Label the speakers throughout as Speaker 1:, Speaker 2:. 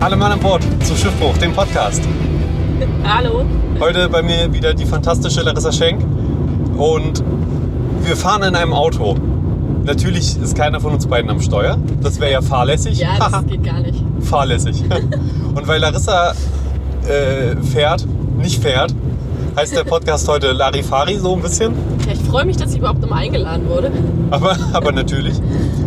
Speaker 1: Alle Mann an Bord zu Schiffbruch, dem Podcast.
Speaker 2: Hallo.
Speaker 1: Heute bei mir wieder die fantastische Larissa Schenk. Und wir fahren in einem Auto. Natürlich ist keiner von uns beiden am Steuer. Das wäre ja fahrlässig.
Speaker 2: Ja, das geht gar nicht.
Speaker 1: fahrlässig. Und weil Larissa äh, fährt, nicht fährt, heißt der Podcast heute Larifari so ein bisschen.
Speaker 2: Ja, ich freue mich, dass ich überhaupt nochmal eingeladen wurde.
Speaker 1: Aber, aber natürlich.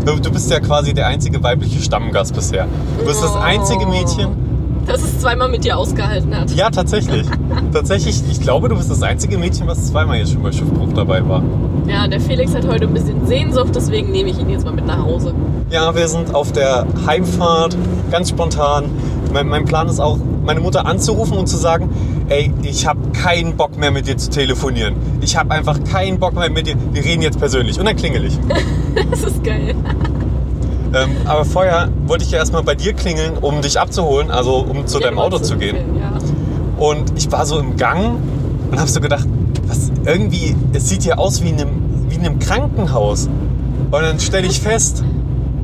Speaker 1: Du, du bist ja quasi der einzige weibliche Stammgast bisher. Du bist das einzige Mädchen.
Speaker 2: Oh. Dass es zweimal mit dir ausgehalten hat.
Speaker 1: Ja, tatsächlich. Tatsächlich, ich glaube, du bist das einzige Mädchen, was zweimal jetzt schon bei Schiffbruch dabei war.
Speaker 2: Ja, der Felix hat heute ein bisschen Sehnsucht, deswegen nehme ich ihn jetzt mal mit nach Hause.
Speaker 1: Ja, wir sind auf der Heimfahrt, ganz spontan. Mein, mein Plan ist auch, meine Mutter anzurufen und zu sagen, ey, ich habe keinen Bock mehr mit dir zu telefonieren. Ich habe einfach keinen Bock mehr mit dir. Wir reden jetzt persönlich und dann klingel ich.
Speaker 2: Das ist geil.
Speaker 1: ähm, aber vorher wollte ich ja erstmal bei dir klingeln, um dich abzuholen, also um zu deinem
Speaker 2: Ja, genau
Speaker 1: Auto zu gehen.
Speaker 2: Ja.
Speaker 1: Und ich war so im Gang und habe so gedacht, was irgendwie, es sieht hier aus wie in einem, wie in einem Krankenhaus. Und dann stelle ich fest,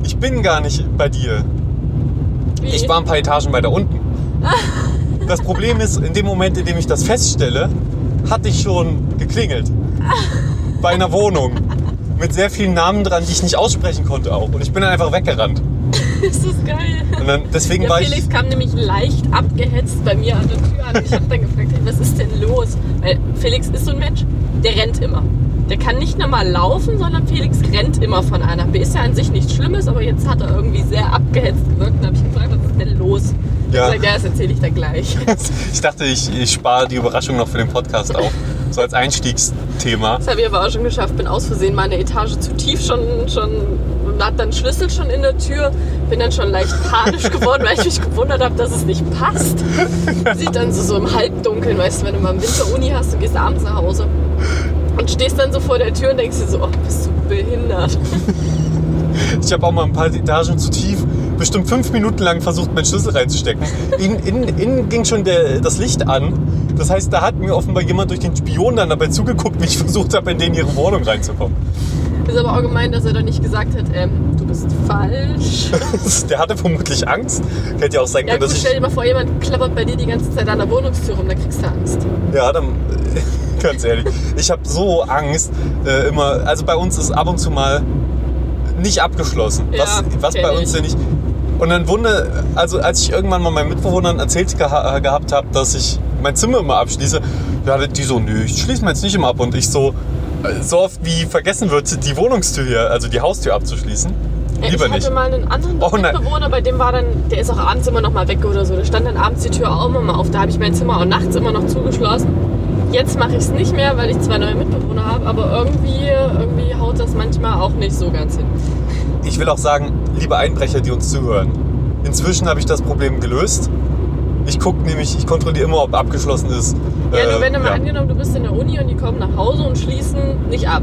Speaker 1: ich bin gar nicht bei dir.
Speaker 2: Wie?
Speaker 1: Ich war ein paar Etagen weiter unten. Das Problem ist, in dem Moment, in dem ich das feststelle, hatte ich schon geklingelt. Bei einer Wohnung. Mit sehr vielen Namen dran, die ich nicht aussprechen konnte auch. Und ich bin dann einfach weggerannt.
Speaker 2: Das ist geil.
Speaker 1: Und dann, deswegen
Speaker 2: Der
Speaker 1: war
Speaker 2: Felix
Speaker 1: ich.
Speaker 2: kam nämlich leicht abgehetzt bei mir an der Tür an. Ich habe dann gefragt, hey, was ist denn los? Weil Felix ist so ein Mensch, der rennt immer. Der kann nicht normal laufen, sondern Felix rennt immer von A nach B. Ist ja an sich nichts Schlimmes, aber jetzt hat er irgendwie sehr abgehetzt gewirkt. Und habe ich gefragt, was ist denn los?
Speaker 1: Ja.
Speaker 2: Ja. Sagt, ja, das erzähle ich dir gleich.
Speaker 1: Ich dachte, ich, ich spare die Überraschung noch für den Podcast auf. So als Einstiegsthema.
Speaker 2: Das habe ich aber auch schon geschafft. Bin aus Versehen mal eine Etage zu tief schon, schon hat dann Schlüssel schon in der Tür. Bin dann schon leicht panisch geworden, weil ich mich gewundert habe, dass es nicht passt. Sieht dann so, so im Halbdunkeln, weißt du, wenn du mal im Winter Uni hast und gehst abends nach Hause und stehst dann so vor der Tür und denkst dir so, oh, bist du behindert.
Speaker 1: Ich habe auch mal ein paar Etagen zu tief, bestimmt fünf Minuten lang versucht, meinen Schlüssel reinzustecken. Innen, innen, innen ging schon der, das Licht an. Das heißt, da hat mir offenbar jemand durch den Spion dann dabei zugeguckt, wie ich versucht habe, in den ihre Wohnung reinzukommen.
Speaker 2: Ist aber auch gemein, dass er doch nicht gesagt hat, ähm, du bist falsch.
Speaker 1: Der hatte vermutlich Angst. Hätte ja auch sein
Speaker 2: Ja
Speaker 1: können,
Speaker 2: gut,
Speaker 1: dass
Speaker 2: stell dir
Speaker 1: ich.
Speaker 2: mal vor, jemand klappert bei dir die ganze Zeit an der Wohnungstür rum, dann kriegst du Angst.
Speaker 1: Ja, dann. Ganz ehrlich, ich habe so Angst äh, immer. Also bei uns ist ab und zu mal nicht abgeschlossen.
Speaker 2: Ja,
Speaker 1: was was bei
Speaker 2: kenn
Speaker 1: uns
Speaker 2: ich.
Speaker 1: denn nicht. Und dann wunde, also als ich irgendwann mal meinen Mitbewohnern erzählt geha gehabt habe, dass ich mein Zimmer immer abschließe, da hatte die so, nö, ich schließe meins nicht immer ab. Und ich so, äh, so oft wie vergessen wird, die Wohnungstür hier, also die Haustür abzuschließen.
Speaker 2: Ja,
Speaker 1: Lieber
Speaker 2: ich hatte
Speaker 1: nicht.
Speaker 2: mal einen anderen
Speaker 1: Oh nein.
Speaker 2: Mitbewohner, bei dem war dann, der ist auch abends immer noch mal weg oder so. Da stand dann abends die Tür auch immer mal auf. Da habe ich mein Zimmer auch nachts immer noch zugeschlossen. Jetzt mache ich es nicht mehr, weil ich zwei neue Mitbewohner habe, aber irgendwie, irgendwie haut das manchmal auch nicht so ganz hin.
Speaker 1: Ich will auch sagen, liebe Einbrecher, die uns zuhören. Inzwischen habe ich das Problem gelöst. Ich gucke nämlich, ich kontrolliere immer, ob abgeschlossen ist.
Speaker 2: Ja, nur
Speaker 1: Äh,
Speaker 2: wenn du mal angenommen, du bist in der Uni und die kommen nach Hause und schließen nicht ab.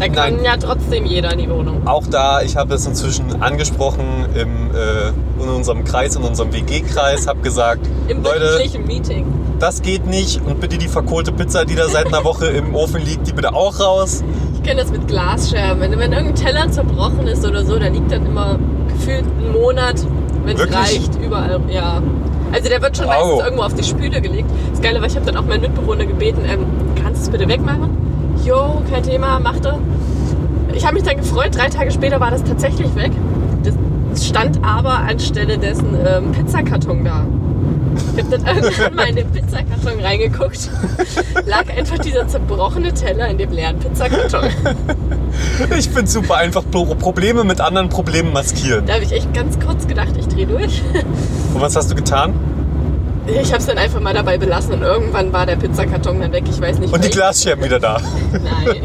Speaker 2: Da kann
Speaker 1: Nein.
Speaker 2: ja trotzdem jeder in die Wohnung.
Speaker 1: Auch da, ich habe es inzwischen angesprochen im, äh, in unserem Kreis, in unserem WG-Kreis, habe gesagt,
Speaker 2: Im
Speaker 1: Leute,
Speaker 2: wöchentlichen Meeting.
Speaker 1: das geht nicht und bitte die verkohlte Pizza, die da seit einer Woche im Ofen liegt, die bitte auch raus.
Speaker 2: Ich kenne das mit Glasscherben. Wenn, wenn irgendein Teller zerbrochen ist oder so, da liegt dann immer gefühlt einen Monat, wenn es
Speaker 1: Wirklich?
Speaker 2: reicht, überall. Ja. Also der wird schon
Speaker 1: Au.
Speaker 2: meistens irgendwo auf die Spüle gelegt. Das Geile war, ich habe dann auch meinen Mitbewohner gebeten, ähm, kannst du es bitte wegmachen? Jo, kein Thema, mach doch. Ich habe mich dann gefreut, drei Tage später war das tatsächlich weg. Das stand aber anstelle dessen ähm, Pizzakarton da. Ich habe dann irgendwann mal in den Pizzakarton reingeguckt. Lag einfach dieser zerbrochene Teller in dem leeren Pizzakarton.
Speaker 1: Ich finde super, einfach Pro- Probleme mit anderen Problemen maskieren.
Speaker 2: Da habe ich echt ganz kurz gedacht, ich drehe durch.
Speaker 1: Und was hast du getan?
Speaker 2: Ich habe es dann einfach mal dabei belassen und irgendwann war der Pizzakarton dann weg. Ich weiß nicht,
Speaker 1: Und die
Speaker 2: welch-
Speaker 1: Glasscherben wieder da.
Speaker 2: Nein.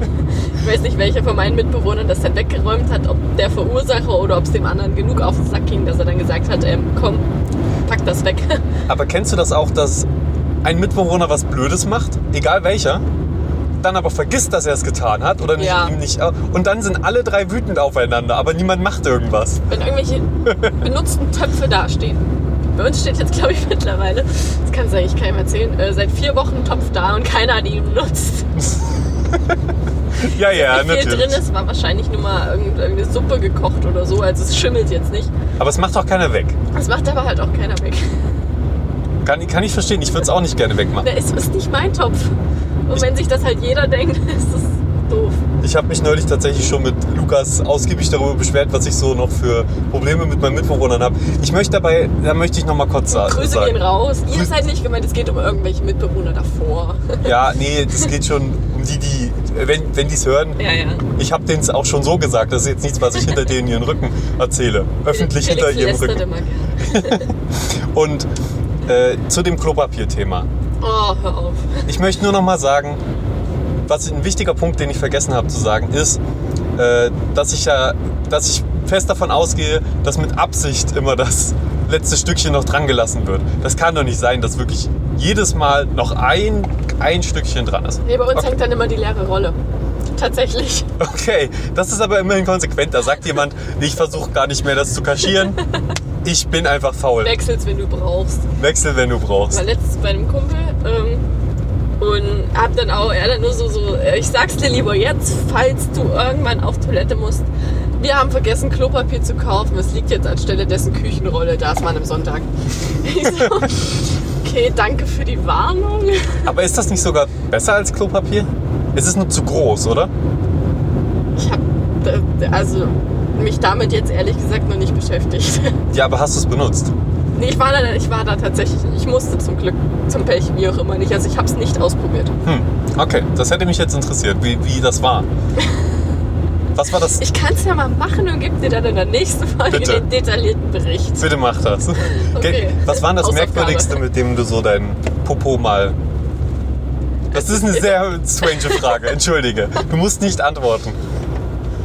Speaker 2: Ich weiß nicht, welcher von meinen Mitbewohnern das dann weggeräumt hat, ob der Verursacher oder ob es dem anderen genug auf den Sack ging, dass er dann gesagt hat, ähm, komm, pack das weg.
Speaker 1: Aber kennst du das auch, dass ein Mitbewohner was Blödes macht, egal welcher, dann aber vergisst, dass er es getan hat oder nicht,
Speaker 2: Ja.
Speaker 1: ihm nicht. Und dann sind alle drei wütend aufeinander, aber niemand macht irgendwas.
Speaker 2: Wenn irgendwelche benutzten Töpfe dastehen. Bei uns steht jetzt, glaube ich, mittlerweile, das kann es eigentlich keinem erzählen, äh, seit vier Wochen ein Topf da und keiner hat ihn benutzt.
Speaker 1: Ja, ja,
Speaker 2: Wie viel
Speaker 1: natürlich.
Speaker 2: drin ist, war wahrscheinlich nur mal irgend- irgendeine Suppe gekocht oder so. Also es schimmelt jetzt nicht.
Speaker 1: Aber es macht doch keiner weg.
Speaker 2: Das macht aber halt auch keiner weg.
Speaker 1: Kann, kann ich verstehen. Ich würde es auch nicht gerne wegmachen.
Speaker 2: Da ist, ist nicht mein Topf. Und wenn sich das halt jeder denkt, ist das doof.
Speaker 1: Ich habe mich neulich tatsächlich schon mit Lukas ausgiebig darüber beschwert, was ich so noch für Probleme mit meinen Mitbewohnern habe. Ich möchte dabei, da möchte ich noch mal kurz sa-
Speaker 2: Grüße
Speaker 1: sagen.
Speaker 2: gehen raus. Ihr
Speaker 1: Grü-
Speaker 2: seid nicht gemeint, es geht um irgendwelche Mitbewohner davor.
Speaker 1: Ja, nee, das geht schon um die, die, wenn, wenn die es hören.
Speaker 2: Ja, ja.
Speaker 1: Ich habe denen es auch schon so gesagt. Das ist jetzt nichts, was ich hinter denen ihren Rücken erzähle. Öffentlich
Speaker 2: Felix
Speaker 1: hinter ihrem
Speaker 2: lästert
Speaker 1: Rücken.
Speaker 2: Immer. gern.
Speaker 1: Und äh, zu dem Klopapier-Thema.
Speaker 2: Oh, hör auf.
Speaker 1: Ich möchte nur noch mal sagen, was ein wichtiger Punkt, den ich vergessen habe zu sagen, ist, äh, dass ich ja, dass ich fest davon ausgehe, dass mit Absicht immer das letzte Stückchen noch dran gelassen wird. Das kann doch nicht sein, dass wirklich jedes Mal noch ein, ein Stückchen dran ist.
Speaker 2: Nee, bei uns
Speaker 1: Okay.
Speaker 2: hängt dann immer die leere Rolle. Tatsächlich.
Speaker 1: Okay, das ist aber immerhin konsequent. Da sagt jemand, ich versuche gar nicht mehr das zu kaschieren. Ich bin einfach faul.
Speaker 2: Wechselst, wenn du brauchst.
Speaker 1: Wechsel, wenn du
Speaker 2: war
Speaker 1: brauchst.
Speaker 2: letztens bei einem Kumpel ähm, und hab dann auch, er dann nur so, so, äh, ich sag's dir lieber jetzt, falls du irgendwann auf Toilette musst. Wir haben vergessen, Klopapier zu kaufen. Es liegt jetzt anstelle dessen Küchenrolle da, ist man am Sonntag. Ich so, okay, danke für die Warnung.
Speaker 1: Aber ist das nicht sogar besser als Klopapier? Es ist nur zu groß, oder?
Speaker 2: Ich hab äh, also mich damit jetzt ehrlich gesagt noch nicht beschäftigt.
Speaker 1: Ja, aber hast du es benutzt?
Speaker 2: Nee, ich war da, ich war da tatsächlich, ich musste zum Glück, zum Pech, wie auch immer nicht. Also ich hab's nicht ausprobiert.
Speaker 1: Hm, okay. Das hätte mich jetzt interessiert, wie, wie das war. Was war das?
Speaker 2: Ich kann es ja mal machen und gebe dir dann in der nächsten Folge
Speaker 1: Bitte.
Speaker 2: den detaillierten Bericht.
Speaker 1: Bitte mach das.
Speaker 2: Okay.
Speaker 1: Was war denn das
Speaker 2: Hausaufgabe.
Speaker 1: Merkwürdigste, mit dem du so deinen Popo mal... Das ist eine sehr strange Frage. Entschuldige. Du musst nicht antworten.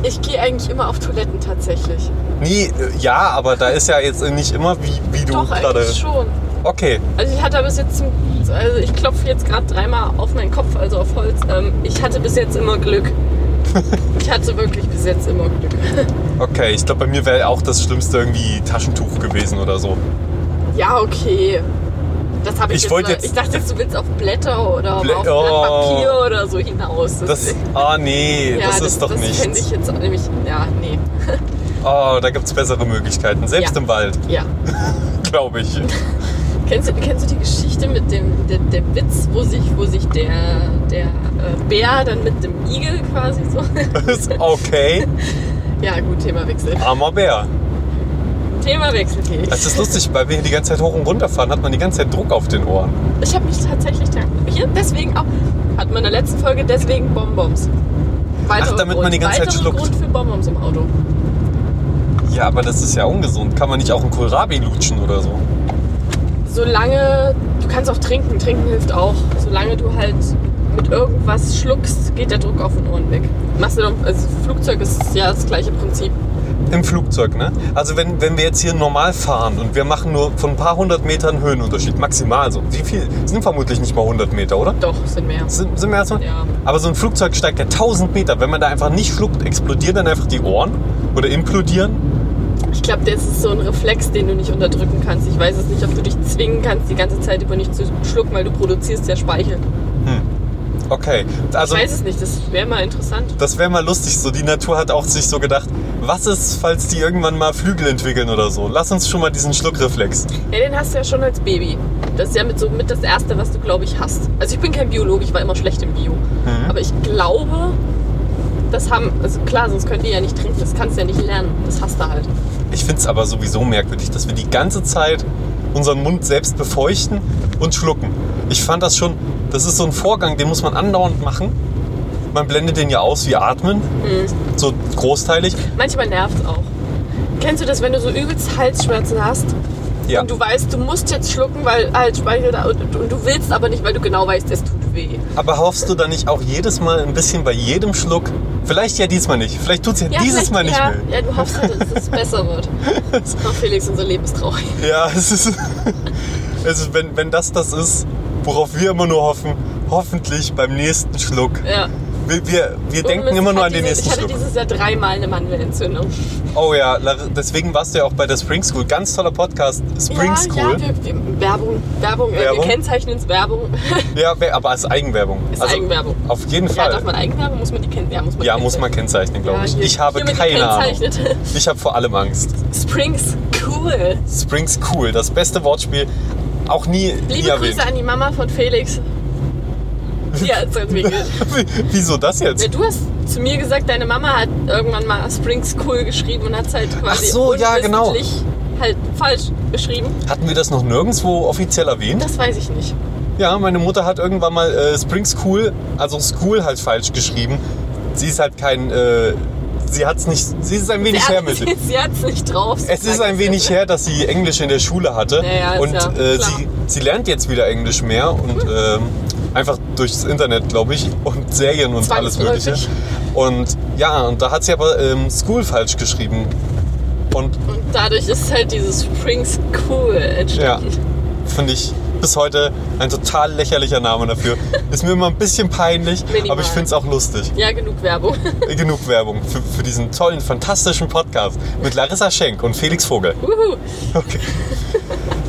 Speaker 2: Ich gehe eigentlich immer auf Toiletten tatsächlich.
Speaker 1: Nee, äh, ja, aber da ist ja jetzt nicht immer, wie, wie du
Speaker 2: Doch,
Speaker 1: gerade...
Speaker 2: eigentlich schon.
Speaker 1: Okay,
Speaker 2: Also ich hatte bis jetzt zum, also ich klopfe jetzt gerade dreimal auf meinen Kopf, also auf Holz. Ähm, ich hatte bis jetzt immer Glück. ich hatte wirklich bis jetzt immer Glück.
Speaker 1: okay. Ich glaube, bei mir wäre auch das Schlimmste irgendwie Taschentuch gewesen oder so.
Speaker 2: Ja, okay. Das habe ich,
Speaker 1: Ich
Speaker 2: jetzt,
Speaker 1: wollte
Speaker 2: mal-
Speaker 1: jetzt-
Speaker 2: Ich dachte jetzt, du willst auf Blätter oder
Speaker 1: Blä-
Speaker 2: auf
Speaker 1: Oh.
Speaker 2: Blatt Papier oder so hinaus.
Speaker 1: Das, ah nee,
Speaker 2: ja,
Speaker 1: das, ist doch
Speaker 2: das fände ich
Speaker 1: nichts.
Speaker 2: jetzt nämlich, ja, nee,
Speaker 1: Oh, da gibt es bessere Möglichkeiten. Selbst
Speaker 2: Ja.
Speaker 1: im Wald,
Speaker 2: ja.
Speaker 1: glaube ich.
Speaker 2: Kennst du, kennst du die Geschichte mit dem der, der Witz, wo sich, wo sich der, der äh, Bär dann mit dem Igel quasi so.
Speaker 1: Ist okay,
Speaker 2: ja, gut, Themawechsel.
Speaker 1: armer Bär.
Speaker 2: Themawechsel, Felix.
Speaker 1: Es ist lustig, weil wir hier die ganze Zeit hoch und runter fahren, hat man die ganze Zeit Druck auf den Ohren.
Speaker 2: Ich habe mich tatsächlich da, hier deswegen auch, hat man in der letzten Folge deswegen Bonbons. Weiterer
Speaker 1: damit
Speaker 2: Grund,
Speaker 1: man die ganze Zeit
Speaker 2: weiterer
Speaker 1: schluckt.
Speaker 2: Grund für Bonbons im Auto.
Speaker 1: Ja, aber das ist ja ungesund. Kann man nicht auch einen Kohlrabi lutschen oder so?
Speaker 2: Solange, du kannst auch trinken, trinken hilft auch. Solange du halt mit irgendwas schluckst, geht der Druck auf den Ohren weg. Machst du doch, also Flugzeug ist ja das gleiche Prinzip.
Speaker 1: Im Flugzeug, ne? Also wenn, wenn wir jetzt hier normal fahren und wir machen nur von ein paar hundert Metern Höhenunterschied, maximal so. Wie viel? Sind vermutlich nicht mal 100 Meter, oder?
Speaker 2: Doch, sind mehr.
Speaker 1: Sind, sind wir erstmal?
Speaker 2: Ja.
Speaker 1: Aber so ein Flugzeug steigt ja 1000 Meter. Wenn man da einfach nicht schluckt, explodieren dann einfach die Ohren oder implodieren.
Speaker 2: Ich glaube, das ist so ein Reflex, den du nicht unterdrücken kannst. Ich weiß es nicht, ob du dich zwingen kannst, die ganze Zeit über nicht zu schlucken, weil du produzierst ja Speichel.
Speaker 1: Okay. Also
Speaker 2: ich weiß es nicht, das wäre mal interessant.
Speaker 1: das wäre mal lustig. So die Natur hat auch sich so gedacht, was ist, falls die irgendwann mal Flügel entwickeln oder so? Lass uns schon mal diesen Schluckreflex.
Speaker 2: Ja, den hast du ja schon als Baby. Das ist ja mit so mit das Erste, was du, glaube ich, hast. Also ich bin kein Biologe, ich war immer schlecht im Bio.
Speaker 1: Mhm.
Speaker 2: Aber ich glaube, das haben, also klar, sonst können die ja nicht trinken, das kannst du ja nicht lernen. Das hast du halt.
Speaker 1: Ich finde es aber sowieso merkwürdig, dass wir die ganze Zeit unseren Mund selbst befeuchten und schlucken. Ich fand das schon, das ist so ein Vorgang, den muss man andauernd machen. Man blendet den ja aus wie Atmen,
Speaker 2: Mhm.
Speaker 1: so großteilig.
Speaker 2: Manchmal nervt es auch. Kennst du das, wenn du so übelst Halsschmerzen hast
Speaker 1: Ja.
Speaker 2: Und du weißt, du musst jetzt schlucken, weil halt Speichel da und, und du willst aber nicht, weil du genau weißt, es tut weh.
Speaker 1: Aber hoffst du dann nicht auch jedes Mal ein bisschen bei jedem Schluck? Vielleicht ja diesmal nicht. Vielleicht tut es ja, dieses
Speaker 2: vielleicht-
Speaker 1: Mal nicht
Speaker 2: ja,
Speaker 1: mehr.
Speaker 2: Ja, du hoffst, halt, dass es besser wird. Ach, Felix, unser Leben ist traurig.
Speaker 1: Ja, es ist. Es ist wenn, wenn das das ist, worauf wir immer nur hoffen, hoffentlich beim nächsten Schluck
Speaker 2: Ja.
Speaker 1: Wir, wir, wir
Speaker 2: Und
Speaker 1: denken
Speaker 2: es
Speaker 1: immer nur
Speaker 2: hat
Speaker 1: an den
Speaker 2: diese,
Speaker 1: nächsten
Speaker 2: Ich hatte
Speaker 1: Schluck.
Speaker 2: dieses Jahr dreimal eine Mandelentzündung.
Speaker 1: Oh ja, Lar- deswegen warst du ja auch bei der Spring School. Ganz toller Podcast. Spring
Speaker 2: ja,
Speaker 1: School.
Speaker 2: Ja, wir, wir, Werbung, Werbung, äh,
Speaker 1: Werbung?
Speaker 2: wir kennzeichnen es Werbung.
Speaker 1: Ja, wer- aber als Eigenwerbung. Also,
Speaker 2: Ist Eigenwerbung.
Speaker 1: Auf jeden
Speaker 2: Ja,
Speaker 1: Fall.
Speaker 2: darf man Eigenwerbung? Muss man die kennen? Ja, muss man
Speaker 1: Ja, muss man kennzeichnen,
Speaker 2: kennzeichnen.
Speaker 1: glaube ich.
Speaker 2: Ja, hier-
Speaker 1: Ich habe
Speaker 2: hiermit
Speaker 1: keine Ahnung.
Speaker 2: gekennzeichnete.
Speaker 1: Ich habe vor allem Angst.
Speaker 2: Springs cool.
Speaker 1: Springs cool, das beste Wortspiel. Auch nie, nie
Speaker 2: Liebe
Speaker 1: erwähnt.
Speaker 2: Grüße an die Mama von Felix. Die hat's entwickelt.
Speaker 1: Wieso das
Speaker 2: Ja,
Speaker 1: jetzt?
Speaker 2: du hast zu mir gesagt, deine Mama hat irgendwann mal Springs cool geschrieben und hat es halt quasi
Speaker 1: Ach so, ja, genau.
Speaker 2: unwissentlich halt falsch geschrieben.
Speaker 1: Hatten wir das noch nirgendwo offiziell erwähnt?
Speaker 2: Das weiß ich nicht.
Speaker 1: Ja, meine Mutter hat irgendwann mal äh, Spring School, also School halt falsch geschrieben. Sie ist halt kein, äh, sie hat's nicht, sie ist ein wenig
Speaker 2: hat,
Speaker 1: hermütig.
Speaker 2: sie, sie hat's nicht drauf. sie
Speaker 1: Es ist
Speaker 2: sagt
Speaker 1: ein wenig her, dass sie Englisch in der Schule hatte.
Speaker 2: Ja, ja, ist
Speaker 1: und
Speaker 2: ja
Speaker 1: äh,
Speaker 2: klar. Hm.
Speaker 1: sie, sie lernt jetzt wieder Englisch mehr und ähm, einfach durchs Internet, glaube ich, und Serien und alles
Speaker 2: Zwangsläufig.
Speaker 1: Mögliche. Und ja, und da hat sie aber ähm, School falsch geschrieben. Und
Speaker 2: Und dadurch ist halt dieses Springs cool
Speaker 1: ja,
Speaker 2: entstanden.
Speaker 1: finde ich bis heute ein total lächerlicher Name dafür. Ist mir immer ein bisschen peinlich,
Speaker 2: Minimal.
Speaker 1: aber ich finde es auch lustig. Äh,
Speaker 2: Ja, genug Werbung.
Speaker 1: Genug Werbung für, für diesen tollen, fantastischen Podcast mit Larissa Schenk und Felix Vogel.
Speaker 2: Wuhu.
Speaker 1: Okay.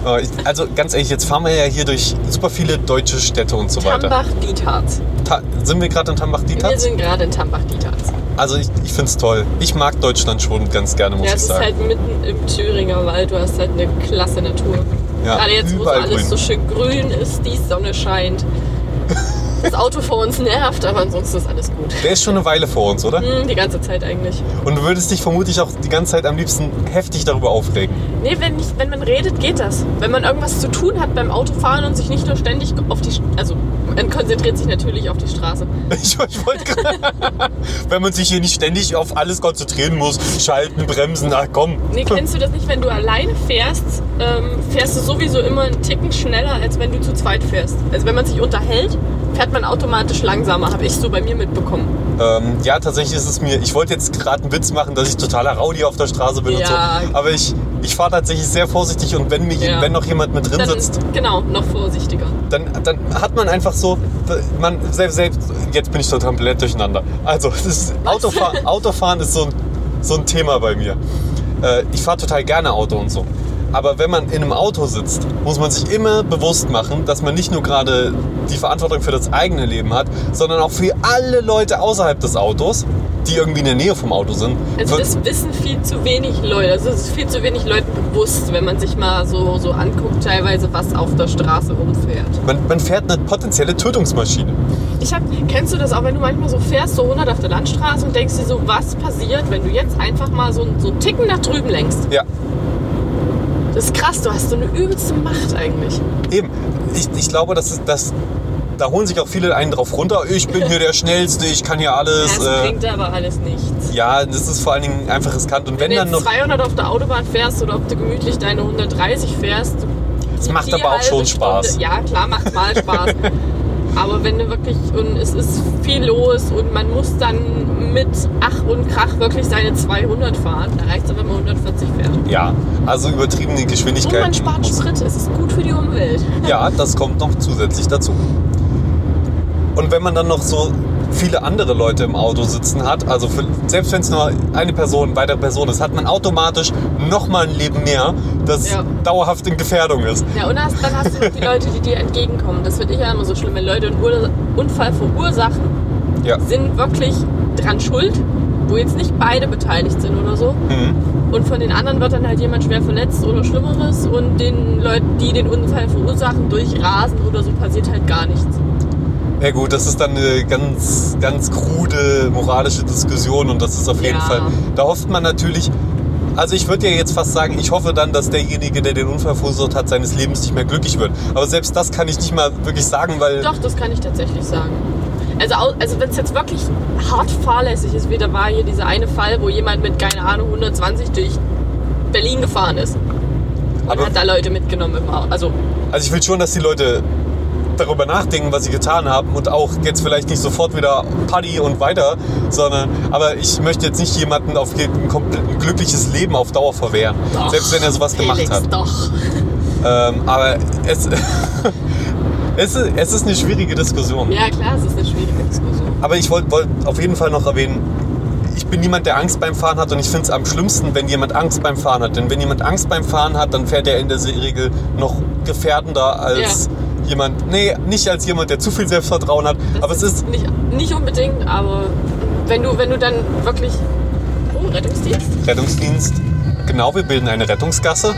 Speaker 1: Aber ich- Also ganz ehrlich, jetzt fahren wir ja hier durch super viele deutsche Städte und so weiter.
Speaker 2: Tambach Dietharz.
Speaker 1: Ta sind wir gerade in
Speaker 2: Wir
Speaker 1: Tambach-Dietaz?
Speaker 2: sind gerade in Tambach Dietharz.
Speaker 1: Also ich, ich finde es toll. Ich mag Deutschland schon ganz gerne, muss
Speaker 2: Ja,
Speaker 1: ich
Speaker 2: es ist
Speaker 1: sagen.
Speaker 2: halt mitten im Thüringer Wald. Du hast halt eine klasse Natur.
Speaker 1: Ja,
Speaker 2: Gerade jetzt, wo so
Speaker 1: überall
Speaker 2: alles
Speaker 1: grün.
Speaker 2: so schön grün ist, die Sonne scheint. Das Auto vor uns nervt, aber ansonsten ist alles gut.
Speaker 1: Der ist schon eine Weile vor uns, oder?
Speaker 2: Hm, die ganze Zeit eigentlich.
Speaker 1: Und du würdest dich vermutlich auch die ganze Zeit am liebsten heftig darüber aufregen.
Speaker 2: Nee, wenn, nicht, wenn man redet, geht das. Wenn man irgendwas zu tun hat beim Autofahren und sich nicht nur ständig auf die... St- Also, man konzentriert sich natürlich auf die Straße.
Speaker 1: Ich, ich wollte gerade. Wenn man sich hier nicht ständig auf alles konzentrieren muss, schalten, bremsen, ach komm.
Speaker 2: Nee, kennst du das nicht? Wenn du alleine fährst, ähm, fährst du sowieso immer einen Ticken schneller, als wenn du zu zweit fährst. Also wenn man sich unterhält, fährt man automatisch langsamer, habe ich so bei mir mitbekommen.
Speaker 1: Ähm, ja, tatsächlich ist es mir. Ich wollte jetzt gerade einen Witz machen, dass ich totaler Rowdy auf der Straße bin
Speaker 2: Ja.
Speaker 1: und so. Aber ich, ich fahre tatsächlich sehr vorsichtig und wenn, mir, je-
Speaker 2: Ja.
Speaker 1: wenn noch jemand mit drin
Speaker 2: Dann,
Speaker 1: sitzt,
Speaker 2: genau, noch vorsichtiger.
Speaker 1: dann, dann hat man einfach so. Man selbst, selbst jetzt bin ich total komplett durcheinander. Also das ist, Autofahr, Autofahren ist so ein, so ein Thema bei mir. Äh, ich fahre total gerne Auto und so. Aber wenn man in einem Auto sitzt, muss man sich immer bewusst machen, dass man nicht nur gerade die Verantwortung für das eigene Leben hat, sondern auch für alle Leute außerhalb des Autos, die irgendwie in der Nähe vom Auto sind.
Speaker 2: Also
Speaker 1: Für-
Speaker 2: das wissen viel zu wenig Leute. Also es ist viel zu wenig Leuten bewusst, wenn man sich mal so, so anguckt, teilweise was auf der Straße rumfährt.
Speaker 1: man, man fährt eine potenzielle Tötungsmaschine.
Speaker 2: Ich hab, kennst du das auch, wenn du manchmal so fährst, so 100 auf der Landstraße und denkst dir so, was passiert, wenn du jetzt einfach mal so, so einen Ticken nach drüben lenkst?
Speaker 1: Ja,
Speaker 2: Das ist krass, du hast so eine übelste Macht eigentlich.
Speaker 1: Eben, ich, ich glaube, das ist das. Da holen sich auch viele einen drauf runter. Ich bin hier der Schnellste, ich kann hier alles.
Speaker 2: Das
Speaker 1: Äh,
Speaker 2: bringt aber alles nichts.
Speaker 1: ja, das ist vor allen Dingen einfach riskant. Und wenn,
Speaker 2: Wenn du
Speaker 1: dann
Speaker 2: jetzt
Speaker 1: noch.
Speaker 2: 200 auf der Autobahn fährst oder ob du gemütlich deine 130 fährst.
Speaker 1: Es macht
Speaker 2: die
Speaker 1: aber auch
Speaker 2: halbe
Speaker 1: schon
Speaker 2: Stunde-
Speaker 1: Spaß.
Speaker 2: Ja, klar, macht mal Spaß. aber wenn du wirklich, und es ist viel los und man muss dann mit Ach und Krach wirklich seine 200 fahren, da reicht es, wenn man 140 fährt.
Speaker 1: Ja, also übertriebene
Speaker 2: Und
Speaker 1: Geschwindigkeit.
Speaker 2: Oh, man spart Sprit, es ist gut für die Umwelt.
Speaker 1: Ja, das kommt noch zusätzlich dazu. Und wenn man dann noch so viele andere Leute im Auto sitzen hat, also für, selbst wenn es nur eine Person, weitere Person ist, hat man automatisch nochmal ein Leben mehr, das
Speaker 2: Ja.
Speaker 1: dauerhaft in Gefährdung ist.
Speaker 2: Ja, und hast, dann hast du noch die Leute, die dir entgegenkommen. Das finde ich ja immer so schlimm, wenn Leute einen Ur Unfall verursachen
Speaker 1: Ja.
Speaker 2: sind wirklich dran schuld, wo jetzt nicht beide beteiligt sind oder so.
Speaker 1: Mhm.
Speaker 2: Und von den anderen wird dann halt jemand schwer verletzt oder Schlimmeres. Und den Leuten, die den Unfall verursachen, durch Rasen oder so, passiert halt gar nichts.
Speaker 1: Ja gut, das ist dann eine ganz, ganz krude moralische Diskussion und das ist auf jeden
Speaker 2: Ja.
Speaker 1: Fall. Da hofft man natürlich. Also ich würde ja jetzt fast sagen, ich hoffe dann, dass derjenige, der den Unfall verursacht hat, seines Lebens nicht mehr glücklich wird. Aber selbst das kann ich nicht mal wirklich sagen, weil
Speaker 2: Doch, das kann ich tatsächlich sagen. Also, au- also wenn es jetzt wirklich hart fahrlässig ist, wie da war hier dieser eine Fall, wo jemand mit, keine Ahnung, 120 durch Berlin gefahren ist. Und
Speaker 1: Aber-
Speaker 2: hat da Leute mitgenommen im Auto. Also
Speaker 1: also ich will schon, dass die Leute darüber nachdenken, was sie getan haben und auch jetzt vielleicht nicht sofort wieder Party und weiter, sondern aber ich möchte jetzt nicht jemanden auf jeden komplett ein glückliches Leben auf Dauer verwehren,
Speaker 2: doch,
Speaker 1: selbst wenn er sowas gemacht
Speaker 2: Felix,
Speaker 1: hat.
Speaker 2: Doch.
Speaker 1: Ähm, aber es, Ähm, Es ist, es ist eine schwierige Diskussion.
Speaker 2: Ja, klar, es ist eine schwierige Diskussion.
Speaker 1: Aber ich wollte wollt auf jeden Fall noch erwähnen, ich bin niemand, der Angst beim Fahren hat und ich finde es am schlimmsten, wenn jemand Angst beim Fahren hat. Denn wenn jemand Angst beim Fahren hat, dann fährt er in der Regel noch gefährdender als jemand, nee, nicht als jemand, der zu viel Selbstvertrauen hat.
Speaker 2: Das
Speaker 1: aber es ist,
Speaker 2: Nicht, nicht unbedingt, aber wenn du, wenn du dann wirklich. Oh, Rettungsdienst?
Speaker 1: Rettungsdienst, genau, wir bilden eine Rettungsgasse.